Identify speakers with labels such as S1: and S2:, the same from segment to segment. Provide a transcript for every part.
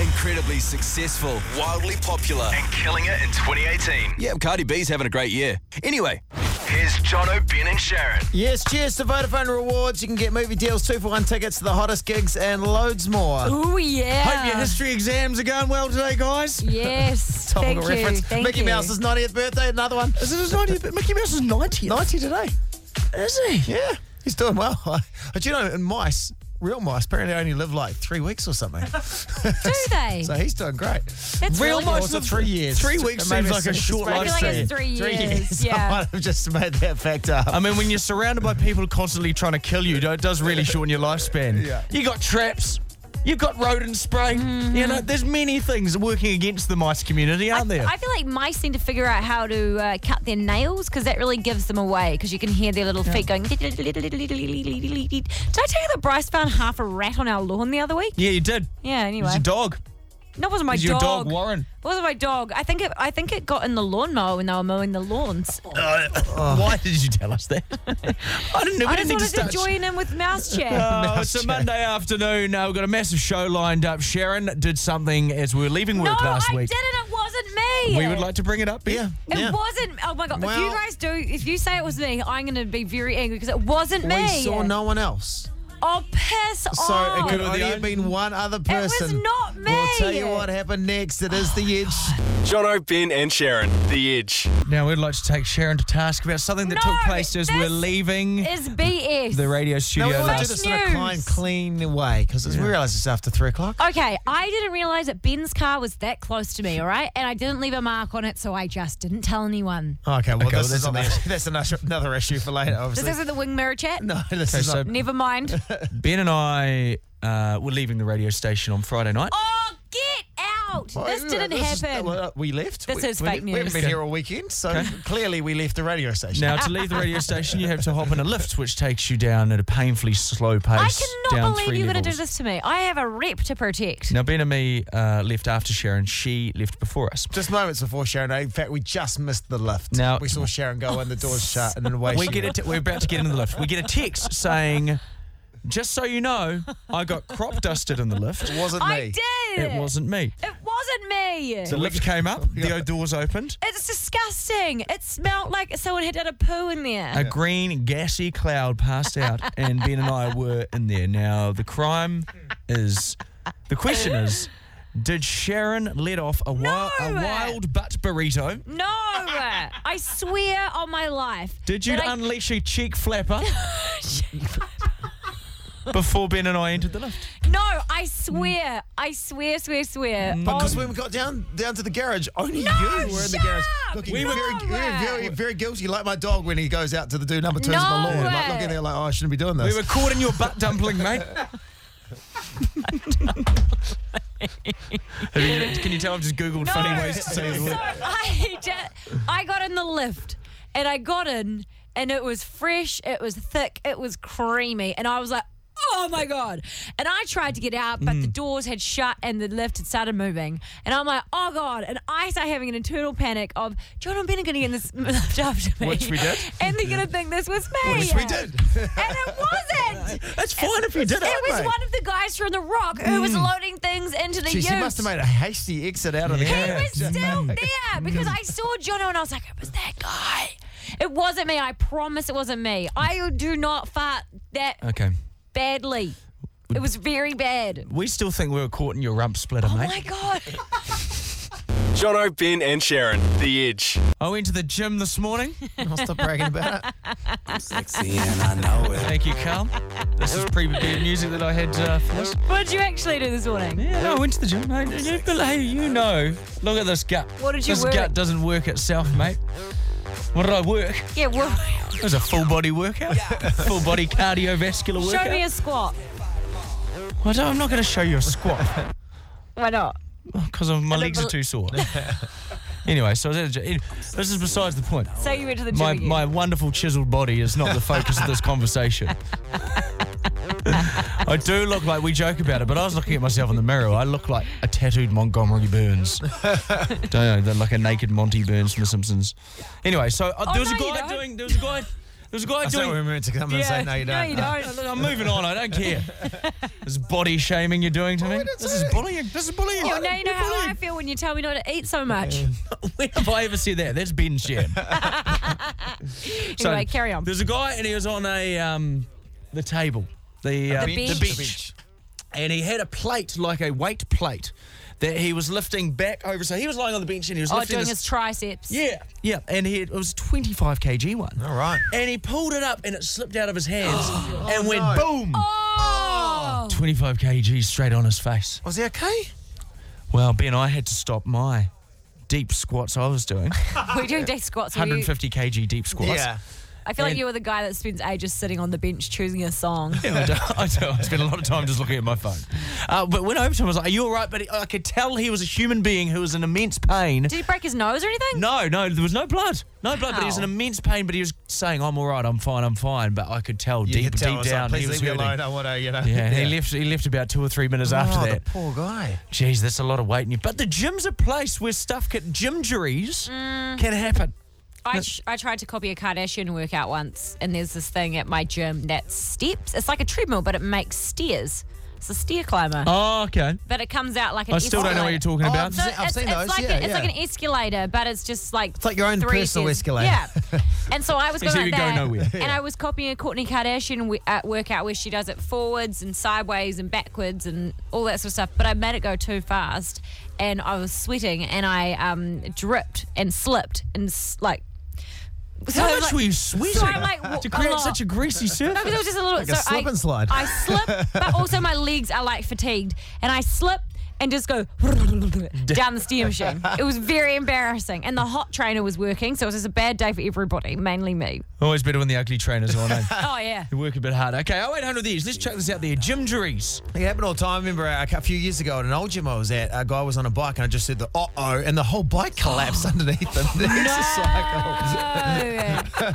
S1: Incredibly successful, wildly popular.
S2: and killing it in 2018.
S1: Yeah, Cardi B's having a great year. Anyway,
S2: Here's Jono, Ben, and Sharon.
S3: Yes, cheers to Vodafone Rewards. You can get movie deals, two for one tickets to the hottest gigs, and loads more.
S4: Oh yeah.
S3: Hope your history exams are going well today, guys.
S4: Yes.
S3: Topical
S4: Thank
S3: reference.
S4: you. Thank
S3: Mickey
S4: you.
S3: Mouse's 90th birthday, another one.
S5: Is it his 90th? Mickey Mouse is 90th.
S3: 90 today.
S5: Is he?
S3: Yeah, he's doing well. But you know, and mice, real mice, apparently only live like three weeks or something.
S4: Do they?
S3: so he's doing great.
S4: That's
S3: real
S4: really
S3: mice
S4: good.
S3: live three years.
S5: three weeks
S3: Maybe
S5: seems like a
S3: it's-
S5: short
S4: I feel like
S5: lifespan.
S4: it's three,
S3: Three years. I
S4: Yeah.
S3: might have just made that fact up.
S5: I mean, when you're surrounded by people constantly trying to kill you, it does really shorten your lifespan.
S3: Yeah.
S5: You got traps. You've got rodent spray. You know, there's many things working against the mice community, aren't there?
S4: Mm-hmm. I feel like mice need to figure out how to uh, cut their nails because that really gives them away because you can hear their little feet going. Did I tell you that Bryce found half a rat on our lawn the other week?
S5: yeah, you did.
S4: Yeah.
S5: It was
S4: Anyway,
S5: your dog.
S4: no, it wasn't my
S5: It was your dog, Warren.
S4: It wasn't my dog. I think it. I think it got in the lawnmower when they were mowing the lawns.
S5: Uh, Why did you tell us that? I didn't know.
S4: I just
S5: We didn't need to
S4: wanted to
S5: start.
S4: join in with mouse chat.
S5: Oh, it's a Monday afternoon. Uh, we've got a massive show lined up. Sharon did something as we were leaving
S4: no,
S5: work last
S4: I
S5: week.
S4: didn't. It wasn't me.
S5: We would like to bring it up. Yeah.
S4: It
S3: Yeah.
S4: wasn't. Oh my god! if you
S3: Well-
S4: guys do, if you say it was me, I'm going to be very angry because it wasn't me.
S3: We saw no one else.
S4: Oh, piss
S3: So
S4: off!
S3: it could only
S5: the
S3: have
S5: only-
S3: been one other
S4: was
S3: person.
S4: not
S3: We'll tell you
S4: me.
S3: what happened next. It is the edge.
S1: Jono, Ben, and Sharon, The Edge.
S5: Now we'd like to take Sharon to task about something that
S4: No,
S5: took place as we're
S4: this
S5: leaving
S4: is BS.
S5: the radio
S3: No,
S5: studio.
S3: we want to
S5: last
S3: do this in a kind,
S4: news.
S3: clean way because we realise it's after three o'clock.
S4: Okay, I didn't realize that Ben's car was that close to me, all right? And I didn't leave a mark on it, so I just didn't tell anyone.
S3: Oh, Okay, well,
S5: Okay,
S3: this
S5: well,
S3: is
S5: that's
S3: on
S5: another-
S3: the- that's another, another issue for later,
S4: This
S3: obviously.
S4: isn't the wing mirror chat.
S3: no, this is
S5: so-
S3: not.
S4: Never mind.
S5: Ben and I uh, were leaving the radio station on Friday night.
S4: oh, get out! this
S3: Well,
S4: didn't
S3: this is-
S4: happen.
S3: well, uh, we left.
S4: This
S3: we,
S4: is
S3: we-
S4: fake
S3: We
S4: news.
S3: haven't been here all weekend, so clearly we left the radio station.
S5: Now, to leave the radio station, you have to hop in a lift, which takes you down at a painfully slow pace.
S4: I
S5: down
S4: cannot believe
S5: three
S4: you're going to do
S5: levels.
S4: this to me. I have a rep to protect.
S5: Now, Ben and me uh, left after Sharon. She left before us.
S3: just moments before Sharon, in fact, we just missed the lift.
S5: Now-
S3: we saw Sharon go in, the doors shut, and then away
S5: We
S3: she
S5: get a
S3: went.
S5: t- we're about to get in the lift. We get a text saying, just so you know, I got crop dusted in the lift.
S3: It wasn't
S4: I
S3: me.
S4: did.
S5: It wasn't me.
S4: It wasn't me.
S5: The lift came up, the doors opened.
S4: it's disgusting. It smelled like someone had done a poo in there.
S5: A green gassy cloud passed out, and Ben and I were in there. Now the crime is, the question is, did Sharon let off a, wild, a
S4: No!
S5: wild butt burrito?
S4: No, I swear on my life.
S5: Did you
S4: that I-
S5: unleash a cheek flapper? Before Ben and I entered the lift.
S4: No, I swear, I swear, swear, swear. Oh,
S3: Because when we got down down to the garage, only you were in the
S4: shut
S3: garage.
S4: up!
S3: Looking
S4: We were-
S3: very, very, very, very guilty, like my dog when he goes out to the do number twos on the
S4: No
S3: lawn. Like
S4: way.
S3: looking there like, oh, I shouldn't be doing this.
S5: We were caught in your butt dumpling, mate. Have you- can you tell I've just Googled
S4: no,
S5: funny ways to say the
S4: so
S5: word?
S4: I, ju- I got in the lift and I got in and it was fresh, it was thick, it was creamy, and I was like, oh my god! And I tried to get out,
S5: Mm.
S4: but the doors had shut and the lift had started moving, and I'm like, oh god! And I start having an internal panic of John and Ben are going to get in this lift after me,
S5: Which we did.
S4: and they're going to think this was me,
S3: Which we did.
S4: and it wasn't.
S5: That's fine if you
S4: It
S5: did
S4: was
S3: mate.
S4: one of the guys from The Rock who
S5: Mm.
S4: was loading things into the
S3: Gee, she
S4: ute.
S3: must have made a hasty exit out of the
S4: He
S5: Yeah.
S3: garage.
S4: was still there because I saw Jono and I was like, it was that guy. It wasn't me. I promise it wasn't me. I do not fart that
S5: Okay.
S4: badly. It was very bad.
S5: We still think we were caught in your rump splitter,
S4: Oh
S5: mate.
S4: my god.
S1: Jono, Ben, and Sharon, The Edge.
S5: I went to the gym this morning.
S3: I'll stop bragging about it.
S5: Thank you, Carl. This is pre-prepared music that I had uh, for this.
S4: What did you actually do this morning?
S5: Yeah, no, I went to the gym, mate. You, but, hey, you know. Look at this gut.
S4: What did you
S5: This
S4: work?
S5: gut doesn't work itself, mate. What did I work?
S4: Yeah, well,
S5: It was a full body workout. full body cardiovascular workout.
S4: show me a squat.
S5: Well, no, I'm not going to show you a squat
S4: Why not?
S5: because my legs are
S4: bel-
S5: too sore. anyway, so I was at a gym. this is besides the point.
S4: So you went to the gym.
S5: my,
S4: again.
S5: my wonderful chiseled body is not the focus of this conversation. I do look like we joke about it, but I was looking at myself in the mirror. I look like a tattooed Montgomery Burns. Don't know, they're like a naked Monty Burns from The Simpsons. Anyway, so uh, there was
S4: Oh, no,
S5: a
S4: you
S5: guy
S4: don't.
S5: doing there was a guy was a guy
S3: I thought
S5: doing.
S3: we were meant to come and say, no, you don't.
S4: you don't.
S5: I'm moving on. I don't care. this body shaming you're doing to me.
S3: didn't
S5: This
S3: say
S5: is
S3: that.
S5: bullying. This is bullying.
S4: Well, now you know how I feel when you tell me not to eat so much.
S5: When have I ever said that? That's Ben Shan.
S4: Anyway, carry on.
S5: There's a guy and he was on a um, the table, the, uh,
S4: The bench.
S5: the beach, and he had a plate like a weight plate that he was lifting back over. So he was lying on the bench and he was
S4: Oh,
S5: lifting
S4: doing
S5: this-
S4: his triceps.
S5: yeah, yeah, and he had, it was a 25 kg one.
S3: All right.
S5: And he pulled it up and it slipped out of his hands and went
S3: no.
S5: boom.
S4: Oh.
S5: 25 kg straight on his face.
S3: Was he okay?
S5: Well, Ben, I had to stop my deep squats I was doing.
S4: We're doing day squats. were you-
S5: 150 kg deep squats.
S3: Yeah.
S4: I feel like
S5: and-
S4: you were the guy that spends ages sitting on the bench choosing a song.
S5: Yeah, I do. I do. I spend a lot of time just looking at my phone. Uh, but when I opened him, I was like, "Are you all right?" But I could tell he was a human being who was in immense pain.
S4: Did he break his nose or anything?
S5: No, no, there was no blood, no blood. But he was in
S4: Wow.
S5: immense pain. But he was saying, "I'm all right. I'm fine. I'm fine." But I could tell
S3: You
S5: deep,
S3: could tell I
S5: deep
S3: was like,
S5: down,
S3: Please
S5: he was
S3: leave me alone.
S5: hurting.
S3: I want to, you know.
S5: Yeah, and he left. He left about two or three minutes
S3: Oh,
S5: after
S3: the
S5: that.
S3: poor guy.
S5: Jeez, that's a lot of weight in you. But the gym's a place where stuff can, gym injuries can happen.
S4: I, sh- I tried to copy a Kardashian workout once, and there's this thing at my gym that steps. It's like a treadmill, but it makes stairs. It's a stair climber,
S5: Oh, okay.
S4: but it comes out like an.
S5: I still don't know what
S4: escalator.
S5: you're talking
S3: Oh,
S5: about.
S3: I've seen- I've
S4: it's,
S3: seen
S4: it's
S3: those,
S4: Like
S3: yeah,
S4: a, it's
S3: yeah.
S4: like an escalator, but it's just like it's
S3: like your own personal escalator.
S4: Yeah. and so I was going
S5: So
S4: like
S5: you go
S4: that,
S5: nowhere.
S4: and I was copying a Courtney Kardashian w- uh, workout where she does it forwards and sideways and backwards and all that sort of stuff. But I made it go too fast, and I was sweating, and I um, dripped and slipped and s- like. So
S5: How
S4: I was
S5: much
S4: like-
S5: were you sweating
S4: So I'm like, w-
S5: to create
S4: lot.
S5: such a greasy surface?
S4: No, because it was just a little
S3: Like a
S4: so I-
S3: slip and slide.
S4: I slip, but also my legs are like fatigued, and I slip and just go down the steam machine. It was very embarrassing, and the hot trainer was working, so it was just a bad day for everybody, mainly me.
S5: Always better when the ugly trainers on. eh?
S4: Oh yeah.
S5: You work a bit harder. Okay, 0800 these. Let's check this out there. Gym injuries.
S3: It happened all the time. I remember uh, a, a few years ago at an old gym I was at, a guy was on a bike and I just said the uh oh, and the whole bike collapsed underneath him. The cycle,
S4: Oh,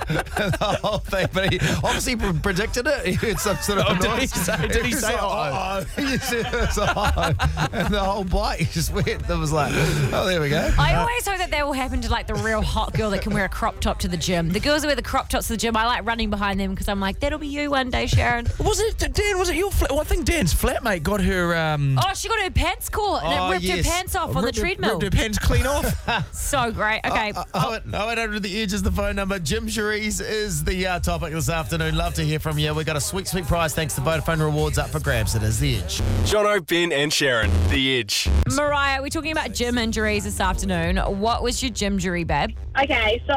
S3: the whole thing. But he obviously pre- predicted it. He heard some sort of
S5: Oh, did he
S3: noise.
S5: say- did he
S3: was
S5: say,
S3: like,
S5: "Uh-oh"?
S3: "Uh-oh." He said it was uh-oh. And the whole bike just went. It was like, oh, there we go.
S4: I always hope that that will happen to like the real hot girl that can wear a crop top to the gym. The girls that wear the crop tops to the gym, I like running behind them because I'm like, that'll be you one day, Sharon.
S5: Was it Dan? Was it your flat? Well, I think Dan's flatmate got her. Um,
S4: Oh, she got her pants caught and
S3: Oh,
S4: it ripped
S3: yes.
S4: her pants off on the
S5: ripped her-
S4: treadmill.
S5: ripped her pants clean off.
S4: So great. Okay.
S3: Oh, it- oh, it under the edge is the phone number. Jim Cherise is the uh, topic this afternoon. Love to hear from you. We've got a sweet, sweet prize thanks to Vodafone Rewards up for grabs. It is the edge.
S1: Jono, Ben, and Sharon. The Edge.
S4: Mariah, we're talking about gym injuries this afternoon. What was your gym injury, babe?
S6: Okay, so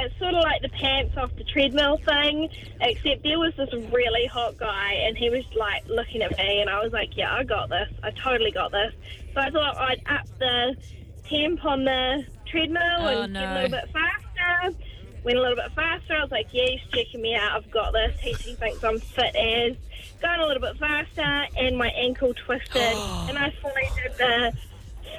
S6: it's sort of like the pants off the treadmill thing, except there was this really hot guy, and he was like looking at me, and I was like, "Yeah, I got this. I totally got this." So I thought I'd up the temp on the treadmill
S4: Oh,
S6: and
S4: no.
S6: get a little bit faster. Went a little bit faster. I was like, "Yeah, he's checking me out. I've got this." He, he thinks I'm fit as. Going a little bit faster, and my ankle twisted, and I fully did the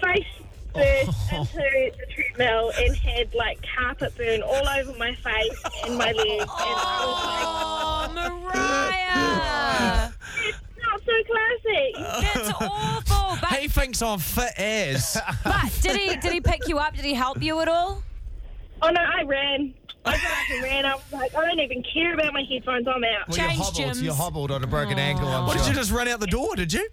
S6: face burst into the treadmill and had like carpet burn all over my face and my legs. And I
S4: Oh, Mariah!
S6: was like, it's not so classy.
S4: That's awful. But,
S5: he thinks I'm fit as.
S4: but did he did he pick you up? Did he help you at all?
S6: Oh no, I ran. I got up and ran. I was like, I don't even care about my headphones. I'm out.
S3: Well, you
S4: Change
S3: hobbled.
S4: gyms.
S3: You hobbled on a broken ankle. I'm
S5: What
S3: sure.
S5: did you just run out the door? Did you?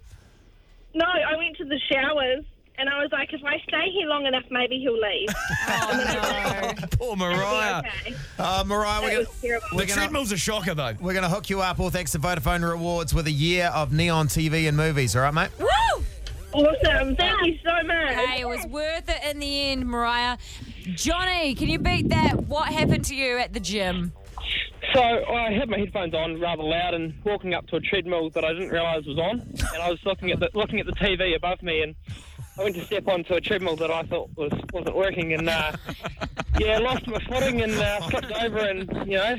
S6: No, I went to the showers and I was like, if I stay here long enough, maybe he'll leave.
S4: Oh no.
S5: Poor Mariah.
S6: Okay.
S3: Uh, Mariah,
S6: That
S3: we're
S6: was
S3: gonna,
S6: terrible.
S5: The treadmill's a shocker though.
S3: we're gonna hook you up all thanks to Vodafone Rewards with a year of neon TV and movies. All right, mate.
S4: Woo!
S6: Awesome. Thank you so much.
S4: Hey, it was worth it in the end, Mariah. Johnny, can you beat that? What happened to you at the gym?
S7: So I had my headphones on rather loud and walking up to a treadmill that I didn't realise was on, and I was looking at the looking at the TV above me, and I went to step onto a treadmill that I thought was wasn't working, and uh, yeah, lost my footing and uh, flipped over, and you know,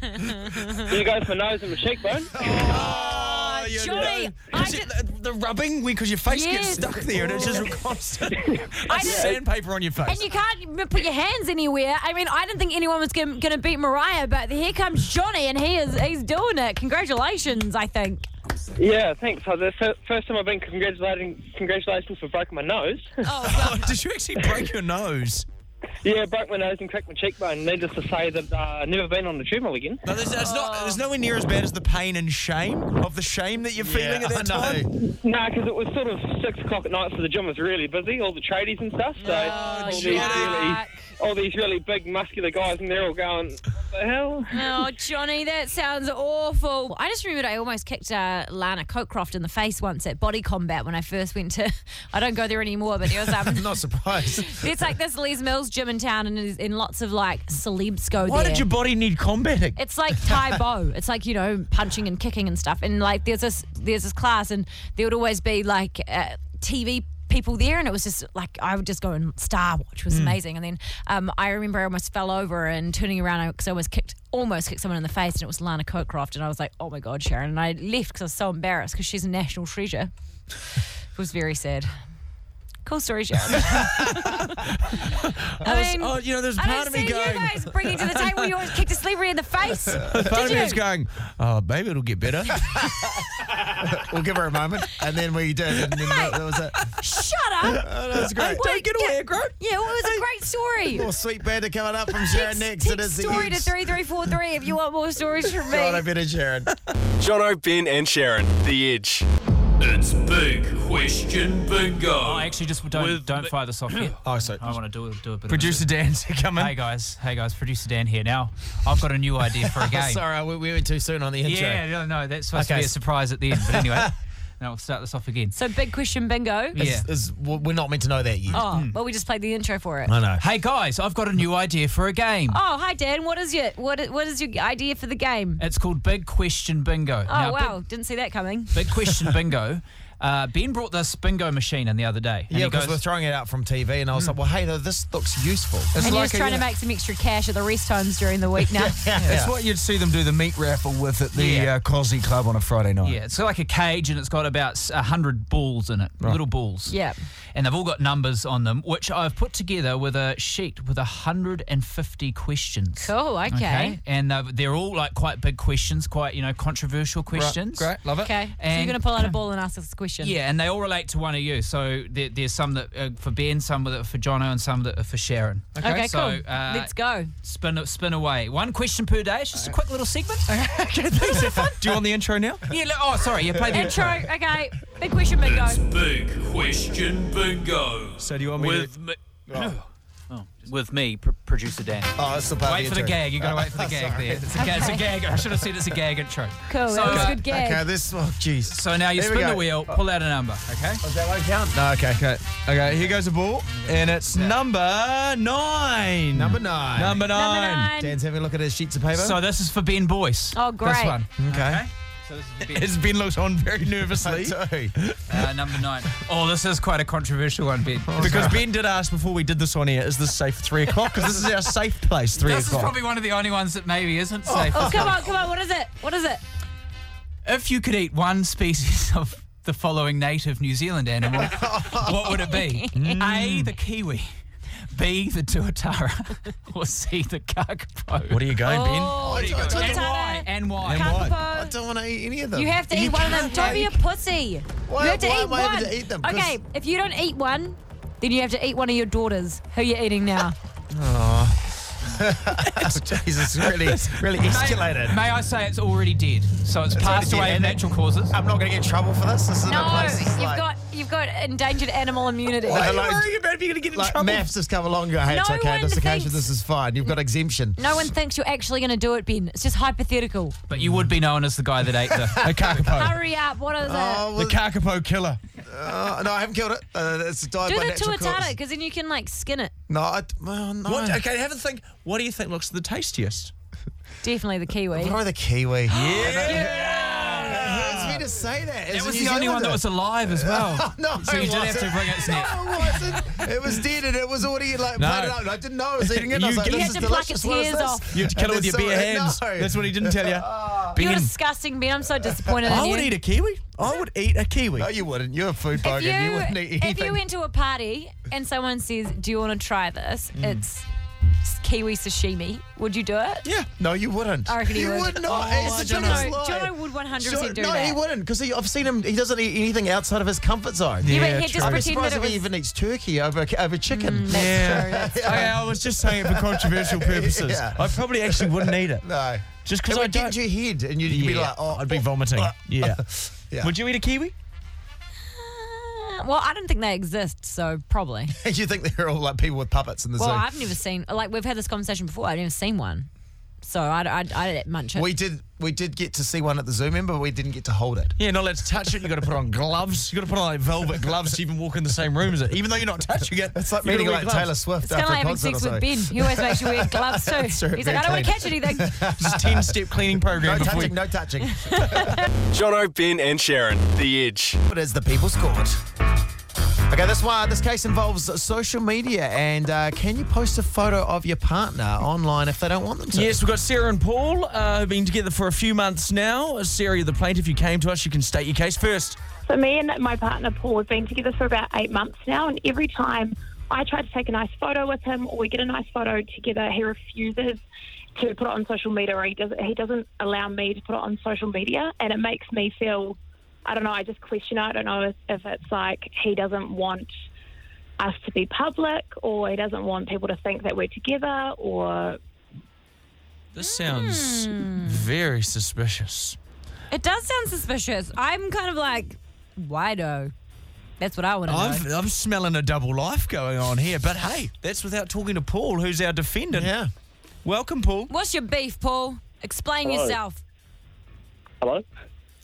S7: there goes my nose and my cheekbone.
S5: Oh, you
S4: Johnny,
S5: know.
S4: I
S5: Is it
S4: did-
S5: the, the rubbing because your face
S4: Yes.
S5: gets stuck there and it's just constant
S4: did-
S5: sandpaper on your face.
S4: And you can't even put your hands anywhere. I mean, I didn't think anyone was going to beat Mariah, but here comes Johnny, and he is he's doing it. Congratulations, I think.
S7: Yeah, thanks. So the fir- first time I've been congratulating congratulations for breaking my nose.
S4: Oh, well,
S5: Oh, did you actually break your nose?
S7: Yeah, broke my nose and cracked my cheekbone. Needless to say that uh, never been on the treadmill again.
S5: No, there's, it's not, there's nowhere near as bad as the pain and shame of the shame that you're feeling at
S3: I
S5: that
S3: know.
S5: time.
S7: Nah, because it was sort of six o'clock at night, so the gym was really busy, all the tradies and stuff. So all, these really,
S4: Jack.
S7: all these really big, muscular guys, and they're all going, what the hell?
S4: Oh, Johnny, that sounds awful. I just remembered I almost kicked uh, Lana Coatcroft in the face once at Body Combat when I first went to. I don't go there anymore, but there was um,
S3: I'm not surprised.
S4: it's like this Les Mills gym in town, and, there's- and lots of like celebs go
S5: Why
S4: there.
S5: did your body need combating?
S4: It's like Tai Bo. It's like you know punching and kicking and stuff. And like there's this there's this class, and there would always be like uh, TV people there, and it was just like I would just go and star watch. It
S5: Hmm.
S4: was amazing. And then um, I remember I almost fell over and turning around because I was kicked almost kicked someone in the face, and it was Lana Coatcroft, and I was like, oh my god, Sharon, and I left because I was so embarrassed because she's a national treasure. it was very sad. Cool story, Sharon. I mean,
S5: oh, you know, there's a
S4: I
S5: part
S4: don't
S5: of me
S4: see
S5: going.
S4: you guys bringing to the table. You always kicked a sleeper in the face.
S5: Part
S4: Did
S5: of me is
S4: you?
S5: going, oh, maybe it'll get better.
S3: we'll give her a moment, and then we did, and then that, that was it.
S4: Shut up.
S3: Oh, that was great.
S4: Well,
S5: Take it away, Gro.
S4: Yeah, well, it was a great story.
S3: More sweet banter coming up from Sharon next. It
S4: Text
S3: is the Oh,
S4: story to
S3: Edge.
S4: 3343 if you want more stories from
S3: God, I
S4: me.
S3: better Sharon.
S1: Jono, Ben, and Sharon. The Edge.
S8: It's big question bingo.
S9: I actually just don't don't fire this off yet.
S3: Oh, sorry.
S9: I want to do do a bit.
S5: Producer
S9: of
S5: Dan's coming.
S9: Hey guys, hey guys, producer Dan here. Now I've got a new idea for a game.
S3: Sorry, we, we went too soon on the intro.
S9: yeah, no, no, that's supposed
S3: Okay.
S9: to be a surprise at the end. But anyway, now we'll start this off again.
S4: So, big question bingo.
S9: Yeah.
S3: Is- we're not meant to know that yet.
S4: Oh, well, we just played the intro for it.
S3: I know.
S9: Hey guys, I've got a new idea for a game.
S4: Oh, hi, Dan. What is your what is, what is your idea for the game?
S9: It's called Big Question Bingo.
S4: Oh,
S9: Uh, Now,
S4: wow. Didn't see that coming.
S9: Big, big Question Bingo. Uh, ben brought this bingo machine in the other day. and
S3: Yeah,
S9: he
S3: because
S9: goes,
S3: we're throwing it out from TV, and I was like, well, hey, though, this looks useful. It's
S4: and he was
S3: like a-
S4: trying to make some extra cash at the rest homes during the week now.
S5: It's what you'd see them do the meat raffle with at the
S9: Yeah.
S5: uh, Cosy Club on a Friday night.
S9: Yeah, it's like a cage and it's got about s- 100 balls in it, little balls.
S4: Yeah.
S9: And they've all got numbers on them, which I've put together with a sheet with 150 questions.
S4: Cool, okay.
S9: And they've- they're all like quite big questions, quite, you know, controversial questions.
S5: Great, love it.
S4: Okay. so, you're
S9: And-
S4: going to pull out a ball and ask us a question.
S9: Yeah, and they all relate to one of you. So there, there's some that are for Ben, some that are for Jono, and some that are for Sharon.
S4: Okay,
S9: so,
S4: cool.
S9: uh,
S4: Let's go.
S9: Spin, spin away. One question per day. It's just a quick little segment.
S5: Do you want the intro now?
S9: yeah, look, oh, sorry. You play the
S4: Intro. Okay. Big question bingo.
S8: It's big question bingo.
S5: So do you want me
S8: With
S5: to?
S8: me,
S9: with me, pr- producer Dan.
S3: Oh, it's the part of
S9: wait for the
S3: intro.
S9: gag. You gotta wait for the gag there. It's a, ga- it's a gag. I should have said it's a gag intro.
S4: Cool.
S9: So,
S4: that was a
S9: uh,
S4: good gag.
S3: Okay, this. Oh, jeez.
S9: So now you
S3: There we
S9: spin the
S3: go.
S9: wheel, pull out a number. Okay.
S3: Is that one count? No, okay.
S5: Okay, okay. Here goes a ball, and it's number nine.
S3: Number nine.
S4: Number
S5: Number nine.
S4: nine.
S3: Dan's having a look at his sheets of paper.
S9: So this is for Ben Boyce.
S4: Oh,
S9: This
S4: great.
S9: one.
S3: okay.
S9: So this is for Ben.
S5: It's been looked on very
S3: I
S5: nervously
S3: do.
S9: Uh, number nine. Oh, this is quite a controversial one, Ben.
S3: Oh,
S5: because Ben did ask before we did this on air, "Is this safe for three o'clock?" Because this is our safe place, three
S9: this is
S5: o'clock.
S9: probably one of the only ones that maybe isn't safe.
S4: Oh, come on, come on. What is it? What is it?
S9: If you could eat one species of the following native New Zealand animal, what would it be? A. The kiwi. B. The tuatara. Or C. The kakapo.
S5: what are you going,
S4: Oh,
S3: do you got?
S9: And
S4: tuatara,
S9: why? And why?
S5: Ben? And
S4: kakapo.
S5: why?
S3: I don't want to eat any of them.
S4: You have to eat one of them. Don't be a pussy.
S3: Why-
S4: you have to
S3: why
S4: eat
S3: am I
S4: one.
S3: able to eat them? 'Cause-
S4: Okay, if you don't eat one, then you have to eat one of your daughters. Who you eating now?
S3: Oh, Jesus, really, really
S9: May,
S3: escalated.
S9: may I say it's already dead? So it's, passed
S3: already
S9: away
S3: dead,
S9: of
S3: and it-
S9: natural causes.
S3: I'm not going to get in trouble for this. This is
S4: no,
S3: a place. that's
S4: you've
S3: like-
S4: got you've got endangered animal immunity.
S3: Why are you
S5: worrying about if you're going to get in
S3: Like,
S5: trouble?
S3: maths has come along. and go, Hey, it's
S4: No
S3: okay.
S4: one
S3: This occasion,
S4: thinks-
S3: this is fine. You've got exemption.
S4: No one thinks you're actually going to do it, Ben. It's just hypothetical.
S9: But you would be known as the guy that ate the.
S5: The kakapo.
S4: Hurry up. What is
S3: Oh,
S5: The
S3: well,
S5: kakapo killer.
S3: uh, no, I haven't killed it. Uh, it's died
S4: it? Do
S3: by
S4: the
S3: natural
S4: tuatara
S3: cause.
S4: because then you can like skin it.
S3: No, I, well, no.
S5: What? Okay, have a think. What do you think looks the tastiest?
S4: Definitely the kiwi.
S3: Probably the kiwi. yeah. It hurts me to say that.
S9: That was the only one that was alive as well.
S3: Oh, No,
S9: so you
S3: it
S9: did have to
S3: wasn't.
S9: bring its
S3: No,
S9: neck.
S3: it wasn't. It was dead and it was already like
S5: No.
S3: planted out. And I didn't know I was eating it. and I was
S5: You
S3: like,
S5: get-
S4: You
S3: this
S4: had to
S3: is
S4: pluck
S3: delicious.
S4: its
S3: What is
S4: ears
S3: this?
S4: off.
S5: You have to kill
S3: And
S5: it with
S3: then
S5: your bare
S3: someone- no.
S5: hands. That's what he didn't tell you.
S4: You're
S5: Ben.
S4: disgusting, Ben. I'm so disappointed
S5: I
S4: in
S5: would
S4: you.
S5: eat a kiwi. I would eat a kiwi.
S3: No, Oh, you wouldn't. You're a food
S4: if
S3: bogan.
S4: you,
S3: You, wouldn't eat
S4: if you
S3: anything.
S4: went to a party and someone says, "Do you want to try this?" It's s- kiwi sashimi, would you do it?
S3: Mm. Yeah. No, you wouldn't.
S4: I reckon he
S3: you
S4: would.
S3: not.
S4: Oh,
S3: it's a
S4: Jono-
S3: generous lie.
S4: Jono would 100%
S3: Sure-
S4: do
S3: no, he
S4: that.
S3: wouldn't because I've seen him. He doesn't eat anything outside of his comfort zone.
S4: Yeah,
S5: Yeah,
S4: but he'd just
S5: true.
S3: I'd be
S4: pretend
S3: surprised
S4: that it
S3: if
S4: was.
S3: he even eats turkey over over
S4: Mm,
S3: chicken.
S5: Yeah.
S3: true.
S5: I, I was just saying it for controversial purposes.
S3: Yeah.
S5: I probably actually wouldn't eat it.
S3: No.
S5: Just
S3: It
S5: because I
S3: would
S5: don't.
S3: get your head, and you'd, you'd be
S5: Yeah,
S3: like, "Oh,
S5: I'd be vomiting. yeah.
S3: Yeah.
S5: Would you eat a kiwi?
S4: Uh, Well, I don't think they exist, so probably.
S3: you think they're all like people with puppets in the
S4: Well,
S3: zoo?"
S4: I've never seen, like, we've had this conversation before. I've never seen one. So I'd, I'd, I'd munch it.
S3: we did. We did get to see one at the zoo, remember? but We didn't get to hold it.
S5: Yeah, not allowed to touch it. You got to put on gloves. You got to put on like velvet gloves to even walk in the same room as it, even though you're not touching it.
S3: It's like
S5: you gotta
S3: meeting
S5: wear
S3: like
S5: gloves.
S3: Taylor Swift
S4: it's kind of
S3: after
S4: like having
S3: a concert
S4: sex
S3: or
S4: with Ben.
S3: something.
S4: He always makes you wear gloves too.
S3: That's true,
S4: He's like,
S3: very
S4: I don't want to
S3: clean.
S4: catch anything.
S5: It's a ten-step cleaning program
S3: No
S5: before
S3: touching,
S5: you.
S3: no touching.
S1: Jono, Ben, and Sharon. The Edge.
S3: What is the people's court? Okay, this one, this case involves social media, and uh, can you post a photo of your partner online if they don't want them to?
S5: Yes, we've got Sarah and Paul, uh, who've been together for a few months now. Sarah, you're the plaintiff. You came to us. You can state your case first.
S10: So me and my partner Paul have been together for about eight months now, and every time I try to take a nice photo with him or we get a nice photo together, he refuses to put it on social media, or he doesn't he doesn't allow me to put it on social media, and it makes me feel I don't know. I just question. it. I don't know if, if it's like he doesn't want us to be public, or he doesn't want people to think that we're together, or
S5: This sounds very suspicious.
S4: It does sound suspicious. I'm kind of like, why do? That's what I want to know.
S5: I'm, I'm smelling a double life going on here, but hey, that's without talking to Paul, who's our defendant.
S3: Yeah.
S5: Welcome, Paul.
S4: What's your beef, Paul? Explain
S11: Hello.
S4: yourself.
S11: Hello.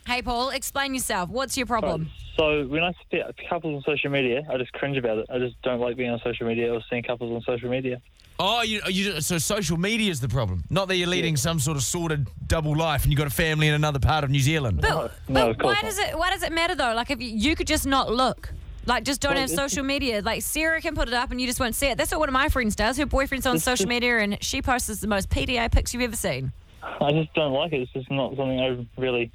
S4: Hey, Paul, explain yourself. What's your problem?
S11: So when I see couples on social media, I just cringe about it. I just don't like being on social media or seeing couples on social media.
S5: Oh, you, you, so social media is the problem. Not that you're leading some sort of sordid double life and you've got a family in another part of New Zealand.
S4: But,
S11: no,
S4: but
S11: of course
S4: why
S11: not.
S4: does it why does it matter though? Like if you, you could just not look. Like just don't have social media. Like Sarah can put it up and you just won't see it. That's what one of my friends does. Her boyfriend's on social media and she posts the most PDA pics you've ever seen.
S11: I just don't like it. It's just not something I'm really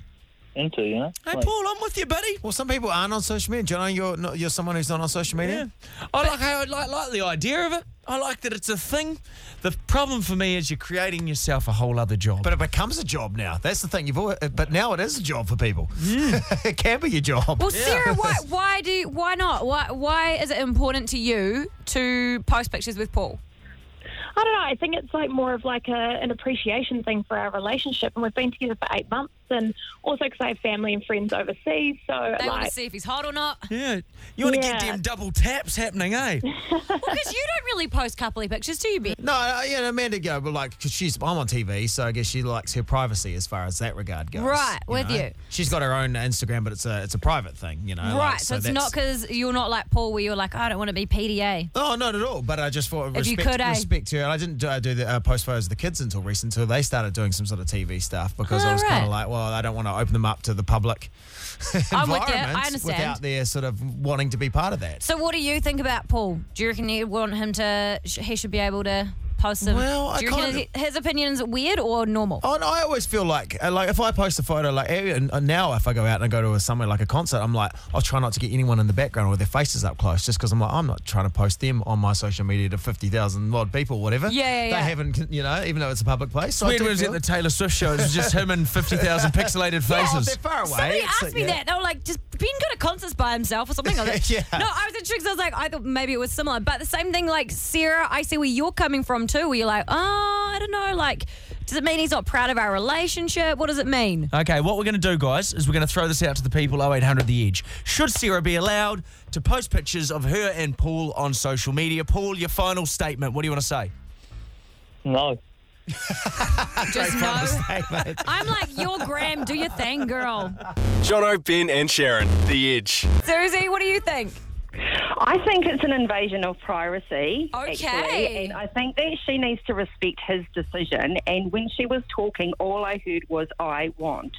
S11: into. You know.
S5: hey,
S11: Like,
S5: Paul, I'm with you, buddy.
S3: Well, some people aren't on social media. John, you're not, you're someone who's not on social
S5: Yeah.
S3: media.
S5: I like, I like like the idea of it. I like that it's a thing. The problem for me is you're creating yourself a whole other job.
S3: But it becomes a job now. That's the thing. You've always, but now it is a job for people. it can be your job.
S4: Well, Sarah, why why do you- why not? Why why is it important to you to post pictures with Paul?
S10: I don't know. I think it's like more of like a, an appreciation thing for our relationship, and we've been together for eight months, and also because I have family and friends overseas, so
S4: They want
S10: like
S4: to see if he's hot or not.
S5: yeah, you want to get
S10: Yeah.
S5: them double taps happening, eh?
S4: Because you don't really post coupley pictures, do you, Ben?
S3: No, uh, yeah, Amanda go, but like, cause she's I'm on TV, so I guess she likes her privacy as far as that regard goes.
S4: Right, with
S3: know?
S4: you.
S3: She's got her own Instagram, but it's a it's a private thing, you know. like,
S4: Right, so, it's
S3: that's-
S4: not because you're not like Paul, where you're like, I don't want to be PDA.
S3: Oh, not at all. But I just thought
S4: If you
S3: respect,
S4: could, eh?
S3: respect her. And I didn't do, I do the uh, post photos of the kids until recent, until they started doing some sort of TV stuff because I
S4: Oh,
S3: was kind
S4: right.
S3: of like, well, I don't want to open them up to the public
S4: I'm with you. I
S3: environment
S4: understand.
S3: without their sort of wanting to be part of that.
S4: So, what do you think about Paul? Do you reckon you want him to? sh- He should be able to post some.
S3: Well, I
S4: do you reckon
S3: kind
S4: his, his opinion's weird or normal?
S3: Oh, and I always feel like, uh, like if I post a photo, like eh, and- and now if I go out and I go to a, somewhere like a concert, I'm like, I'll try not to get anyone in the background or their faces up close, just because I'm like, I'm not trying to post them on my social media to fifty thousand odd people, whatever.
S4: Yeah, yeah,
S3: they
S4: yeah.
S3: haven't, you know, even though it's a public place. So I
S5: Weird
S3: do
S5: when it was
S3: feel-
S5: at the Taylor Swift show. It was just him and fifty thousand pixelated
S3: Oh,
S5: faces.
S3: they're far away.
S4: Somebody
S3: It's-
S4: asked me
S3: yeah.
S4: that. They were like, "Just Ben go to concerts by himself or something." I was like,
S3: Yeah.
S4: No, I was intrigued. 'cause I was like, I thought maybe it was similar, but the same thing. Like Sarah, I see where you're coming from too. Where you're like, oh, I don't know. Like, does it mean he's not proud of our relationship? What does it mean?
S5: Okay, what we're going to do, guys, is we're going to throw this out to the people 0800 The Edge. Should Sarah be allowed to post pictures of her and Paul on social media? Paul, your final statement. What do you want to say?
S11: No.
S4: Just no. I'm like, you're Graham. Do your thing, girl.
S1: Jono, Ben, and Sharon. The Edge.
S4: Susie, what do you think?
S10: I think it's an invasion of privacy.
S4: Okay.
S10: actually, and I think that she needs to respect his decision. And when she was talking, all I heard was, I want.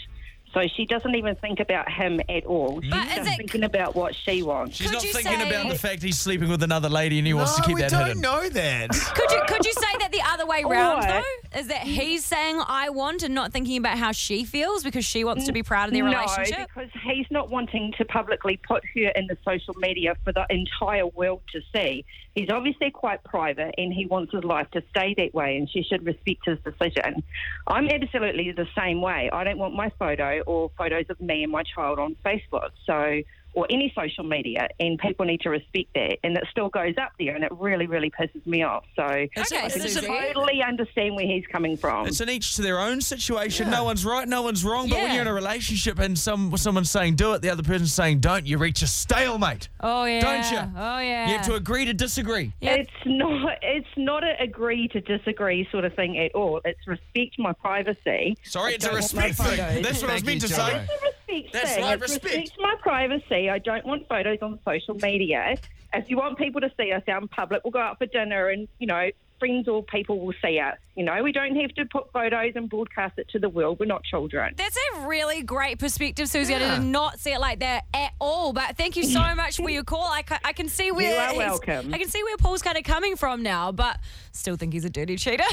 S12: So she doesn't even think about him at all. She's
S4: just
S12: thinking about what she wants.
S5: She's not thinking about the fact he's sleeping with another lady and he wants to
S12: No,
S5: keep
S12: we
S5: that
S12: don't
S5: hidden.
S3: know that.
S4: Could you could you say that the other way
S12: Or-
S4: round though? Is that he's saying I want and not thinking about how she feels because she wants to be proud of their
S12: no,
S4: relationship?
S12: because he's not wanting to publicly put her in the social media for the entire world to see. He's obviously quite private, and he wants his life to stay that way, and she should respect his decision. I'm absolutely the same way. I don't want my photo or photos of me and my child on Facebook, so or any social media, and people need to respect that, and it still goes up there, and it really, really pisses me off. So I can
S5: Susie.
S12: totally understand where he's coming from.
S5: It's an each to their own situation. No one's right, no one's wrong. But when
S12: Yeah.
S5: you're in a relationship and some someone's saying do it, the other person's saying don't, you reach a stalemate.
S4: Oh yeah.
S5: Don't you?
S4: Oh yeah.
S5: You have to agree to disagree.
S12: It's not. It's not a agree to disagree sort of thing at all. It's respect my privacy.
S5: Sorry,
S12: I
S5: it's a
S12: don't want my
S5: respect thing.
S12: photos-
S5: That's what I was meant to say.
S12: It's a respect
S5: That's
S12: thing.
S5: right,
S12: It's
S5: respect.
S12: my privacy. I don't want photos on social media. If you want people to see us out in public, we'll go out for dinner, and you know, friends or people will see us. You know, we don't have to put photos and broadcast it to the world. We're not children.
S4: That's a really great perspective, Susie. I did not see it like that at all. But thank you so much for your call. I, ca- I can see where
S12: are
S4: he's-
S12: welcome.
S4: I can see where Paul's kind of coming from now, but still think he's a dirty cheater.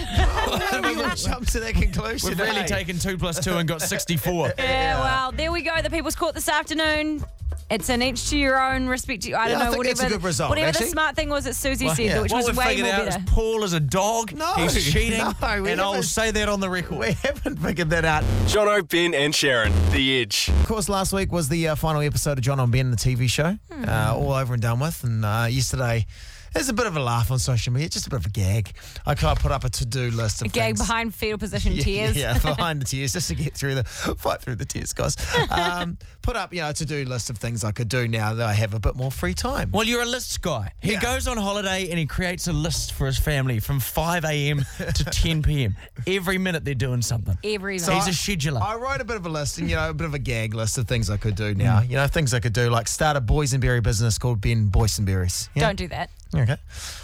S3: jump to that conclusion.
S5: We've really
S3: eh?
S5: taken two plus two and got 64.
S4: Yeah, well, there we go. The People's Court this afternoon. It's an each to your own, respect to I
S5: Yeah,
S4: don't
S5: I
S4: know,
S5: think
S4: whatever,
S5: that's a good result,
S4: whatever
S5: actually.
S4: the smart thing was that Susie said, which
S5: What
S4: was
S5: we've
S4: way
S5: figured
S4: more
S5: out
S4: better.
S5: is Paul is a dog.
S4: No,
S5: He's cheating.
S1: no, we
S5: and I'll
S1: haven't.
S5: say that on the record. We
S3: haven't figured that out.
S1: Jono, Ben, and Sharon, The Edge.
S3: Of course, last week was the uh, final episode of John on Ben, the TV show,
S4: Hmm.
S3: uh, all over and done with. And uh, yesterday, there's a bit of a laugh on social media, just a bit of a gag. I kind of put up a to-do list of
S4: Gag
S3: things.
S4: behind fetal position
S3: yeah,
S4: tears.
S3: Yeah, behind the tears, just to get through the fight through the tears, guys. Um, put up, you know, a to-do list of things I could do now that I have a bit more free time.
S5: Well, you're a list guy. He
S3: Yeah.
S5: goes on holiday and he creates a list for his family from 5 a.m. to 10 p.m. Every minute they're doing something.
S4: Every
S5: So He's a scheduler.
S3: I wrote a bit of a list, and you know, a bit of a gag list of things I could do now. You know, things I could do, like start a boysenberry business called Ben Boysenberries. Yeah?
S4: Don't do that.
S3: Okay.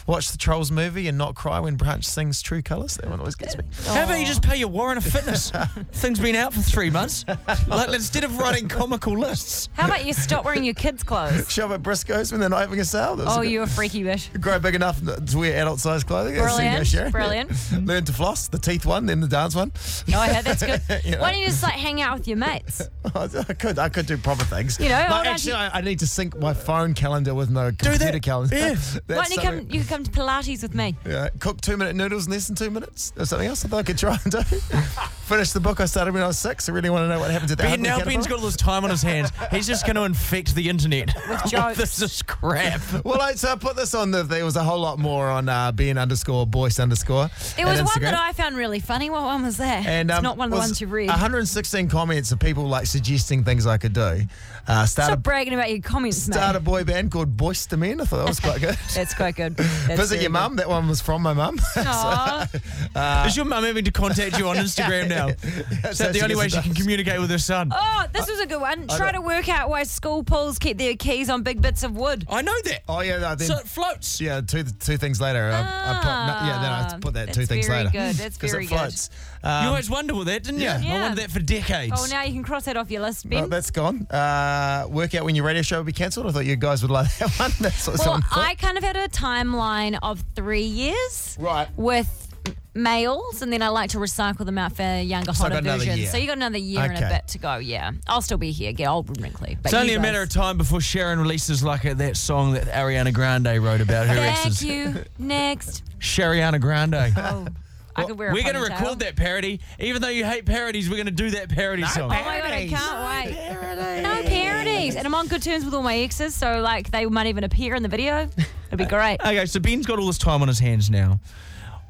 S3: Watch the Trolls movie and not cry when Branch sings True Colours. That one always gets me.
S5: How about you just pay your warrant of fitness? Thing's been out for three months. Like, instead of writing comical lists.
S4: How about you stop wearing your kids' clothes?
S3: Shop at Briscoe's when they're not having a sale. That was
S4: oh,
S3: a good-
S4: you're a freaky bitch.
S3: Grow big enough to wear adult sized clothing. That's there you go,
S4: Brilliant,
S3: Sharon.
S4: brilliant.
S3: Learn to floss, the teeth one, then the dance one.
S4: No, I heard that's good.
S3: You know?
S4: Why don't you just like hang out with your mates?
S3: I could, I could do proper things.
S4: You know,
S3: Like,
S4: I'll
S3: actually, I, I need to sync my phone calendar with my computer calendar.
S4: Yeah. Why
S3: That's
S4: don't you
S3: something-
S4: come? You could come to Pilates with me.
S3: Yeah, cook two minute noodles in less than two minutes. Or something else I thought I could try and do. Finish the book I started when I was six. I really want to know what happened to that.
S5: Ben, now Ben's got all this time on his hands. He's just going to infect the internet. With
S4: jokes.
S5: this is crap.
S3: well, I, so I put this on the. There was a whole lot more on uh, Ben underscore Boyce underscore.
S4: There
S3: at
S4: was one
S3: Instagram.
S4: that I found really funny. What one was that?
S3: And
S4: it's
S3: um,
S4: not one of the
S3: was
S4: ones you've read.
S3: 116 comments of people like suggesting things I could do. Uh, start
S4: Stop
S3: a
S4: bragging about your comments, mate.
S3: start a boy band called Boyce the Men. I thought that was quite good.
S4: That's quite good. That's
S3: Visit
S4: very
S3: your mum. That one was from my mum. So,
S4: Aw.
S3: uh,
S5: Is your mum having to contact you on Instagram now? Is
S3: So
S5: that
S3: she
S5: the only
S3: gets
S5: way
S3: it
S5: she can
S3: done.
S5: communicate with her son?
S4: Oh, this was a good one.
S5: I
S4: Try
S5: don't-
S4: to work out why school pools keep their keys on big bits of wood.
S5: I know that.
S3: Oh yeah, no, then,
S5: So it floats.
S3: Yeah, two two things later. I, I put, no, yeah, then I put that two
S4: That's
S3: things
S4: very
S3: later.
S4: good. That's
S3: 'Cause
S4: very
S3: it
S4: good.
S3: floats.
S5: you
S3: Um,
S5: always wonder with that, didn't you?
S3: yeah.
S5: I
S4: Yeah.
S5: wondered that for decades.
S4: Oh, now you can cross that off your list,
S3: Well,
S4: Ben.
S3: that's gone. Uh, work out when your radio show will be cancelled. I thought you guys would like that one. That's what
S4: well,
S3: someone thought.
S4: I kind of had a timeline of three years,
S3: Right.
S4: with m- males, and then I like to recycle them out for younger,
S5: So I
S4: hotter
S5: got another
S4: versions.
S5: year.
S4: So you got another year and a
S5: Okay.
S4: bit to go. Yeah, I'll still be here. Get old and wrinkly. But
S5: It's only
S4: you
S5: a matter
S4: guys-
S5: of time before Sharon releases like a, that song that Ariana Grande wrote about her
S4: Thank
S5: exes.
S4: you. Oh, Next.
S5: Shariana Grande.
S4: I could wear a
S5: we're going to
S4: ponytail.
S5: record that parody. Even though you hate parodies, we're going to do that parody
S4: Oh
S5: song.
S4: my god, I can't wait. No parodies. And I'm on good terms with all my exes, so like they might even appear in the video. It'd be great.
S5: Okay, so Ben's got all this time on his hands now.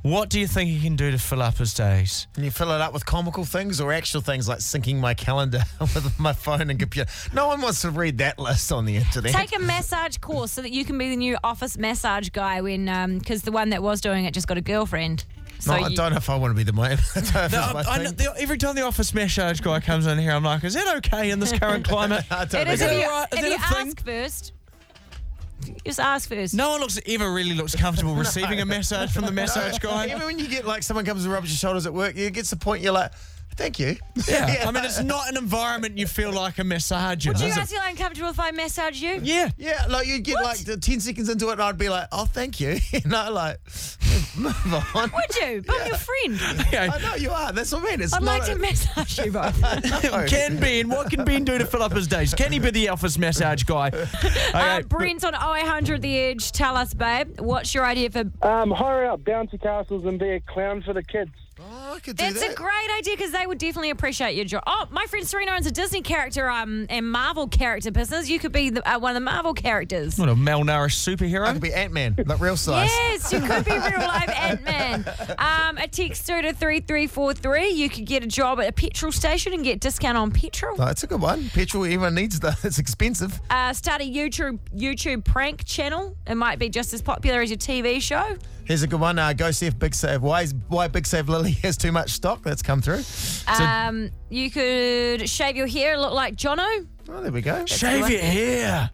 S5: What do you think he can do to fill up his days?
S3: Can you fill it up with comical things or actual things like syncing my calendar with my phone and computer? No one wants to read that list on the internet.
S4: Take a massage course so that you can be the new office massage guy when, because the one that was doing it just got a girlfriend. So
S3: no, I
S4: you-
S3: don't know if I want to be the man.
S5: No, I- I know- the- every time the office massage guy comes in here, I'm like, is that okay in this current climate?
S4: It is
S5: Is
S4: if
S5: that
S4: you,
S5: all right? Is
S4: if
S5: that
S4: you
S5: a thing?
S4: ask first. Just ask first.
S5: No one looks ever really looks comfortable receiving a massage from the massage guy.
S3: Even when you get like someone comes and rubs your shoulders at work, it gets to the point you're like, Thank you.
S5: Yeah. I mean, it's not an environment you feel like a massage in.
S4: Would you
S5: is it?
S4: guys feel uncomfortable if I massage you?
S5: Yeah.
S3: Yeah, like you'd get like the 10 seconds into it and I'd be like, oh, thank you. you know, like, move on.
S4: Would you? But I'm your friend.
S3: I know you are. That's what I mean. It's
S4: I'd
S3: not
S4: like
S3: a-
S4: to massage you both.
S5: Can Ben, what can Ben do to fill up his days? Can he be the office massage guy?
S4: Uh,
S5: Okay.
S4: Brent's on 0800 The Edge. Tell us, babe, what's your idea for...
S13: Um, hire out bouncy castles and be a clown for the kids.
S3: Oh, I could
S4: That's a great idea because they would definitely appreciate your job. Oh, my friend Serena owns a Disney character um, and Marvel character business. You could be the, uh, one of the Marvel characters.
S5: What a malnourished superhero. I could
S3: be Ant Man, but real size.
S4: Yes, you could be real life Ant Man. Um, a text through to 3343. You could get a job at a petrol station and get discount on petrol.
S3: No, it's a good one. Petrol, everyone needs that. It's expensive.
S4: Uh, start a YouTube YouTube prank channel. It might be just as popular as your TV show.
S3: Here's a good one. Uh, go see if Big Save. Why, is, why Big Save Lily has too much stock? That's come through.
S4: Um, you could shave your hair, look like Jono.
S3: Oh, there we go.
S4: Shave your
S5: hair.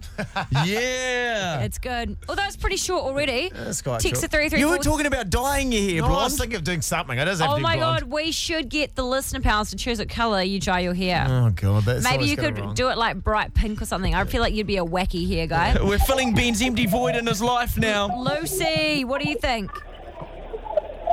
S5: yeah.
S4: It's good. Although it's pretty short already.
S3: That's quite
S4: Text
S3: cool.
S4: to three three.
S3: You were talking about dyeing your hair,
S4: No, I
S3: blonde.
S4: was
S3: thinking of doing something. I doesn't
S4: Oh my god, we should get the listener powers to choose what colour you dye your hair.
S3: Oh god, that's
S4: Maybe
S3: always
S4: you
S3: gone
S4: could
S3: wrong.
S4: do it like bright pink or something. I feel like you'd be a wacky hair guy.
S5: We're filling Ben's empty void in his life now.
S4: Lucy, what do you think?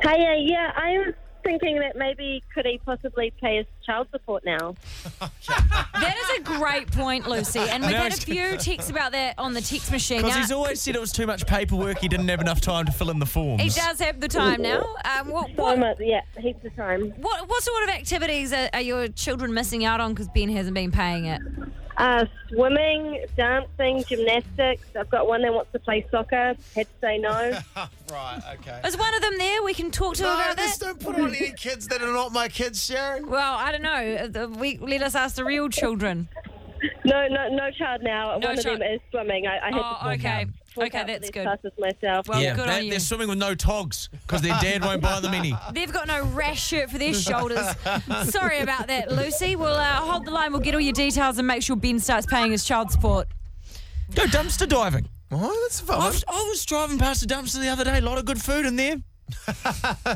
S6: Hey, uh, yeah, I was thinking that maybe could he possibly pay his child support now?
S4: That is a great point, Lucy. And we've
S5: No,
S4: had a
S5: it's-
S4: few texts about that on the text machine.
S5: Because
S4: Now-
S5: he's always said it was too much paperwork. He didn't have enough time to fill in the forms.
S4: He does have the time now. Um, what, what,
S6: yeah, heaps of time.
S4: What, what sort of activities are, are your children missing out on because Ben hasn't been paying it?
S6: Uh, swimming, dancing, gymnastics. I've got one that wants to play soccer. Had to say no.
S3: Right, okay.
S4: Is one of them there? We can talk to
S3: No,
S4: her about
S3: just
S4: that.
S3: don't put on any kids that are not my kids, Sharon.
S4: Well, I don't know. Uh, We, let us ask the real children.
S6: No, no, no child now.
S4: No
S6: one
S4: child.
S6: of them is swimming. I, I had
S4: Oh,
S6: to
S4: okay.
S6: fork
S4: Okay,
S6: out for
S4: that's
S6: these
S4: good.
S6: Classes myself.
S4: Well,
S5: yeah,
S4: good
S5: they,
S4: on you.
S5: they're swimming with no togs because their dad won't buy them any.
S4: They've got no rash shirt for their shoulders. Sorry about that, Lucy. We'll uh, hold the line. We'll get all your details and make sure Ben starts paying his child support.
S5: Go dumpster diving.
S3: Oh, that's fun.
S5: I was, I was driving past a dumpster the other day. A lot of good food in there.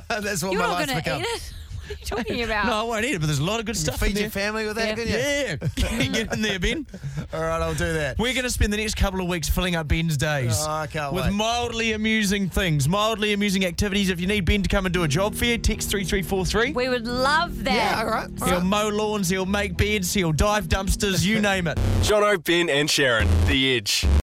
S3: that's what
S4: You're
S3: my
S4: not
S3: life's
S4: going to
S3: become.
S4: eat it. What are you talking about?
S5: No, I won't eat it, but there's a lot of good stuff in
S3: Feed
S5: there.
S3: your family with that,
S4: Yeah.
S3: can you?
S5: Yeah, get in there, Ben.
S3: All right, I'll do that.
S5: We're going to spend the next couple of weeks filling up Ben's days
S3: Oh, I can't
S5: with
S3: wait.
S5: mildly amusing things, mildly amusing activities. If you need Ben to come and do a job for you, text 3343.
S4: We would love that.
S3: Yeah, all right. All
S5: he'll
S3: right.
S5: mow lawns, he'll make beds, he'll dive dumpsters, you name it.
S1: Jono, Ben, and Sharon. The Edge.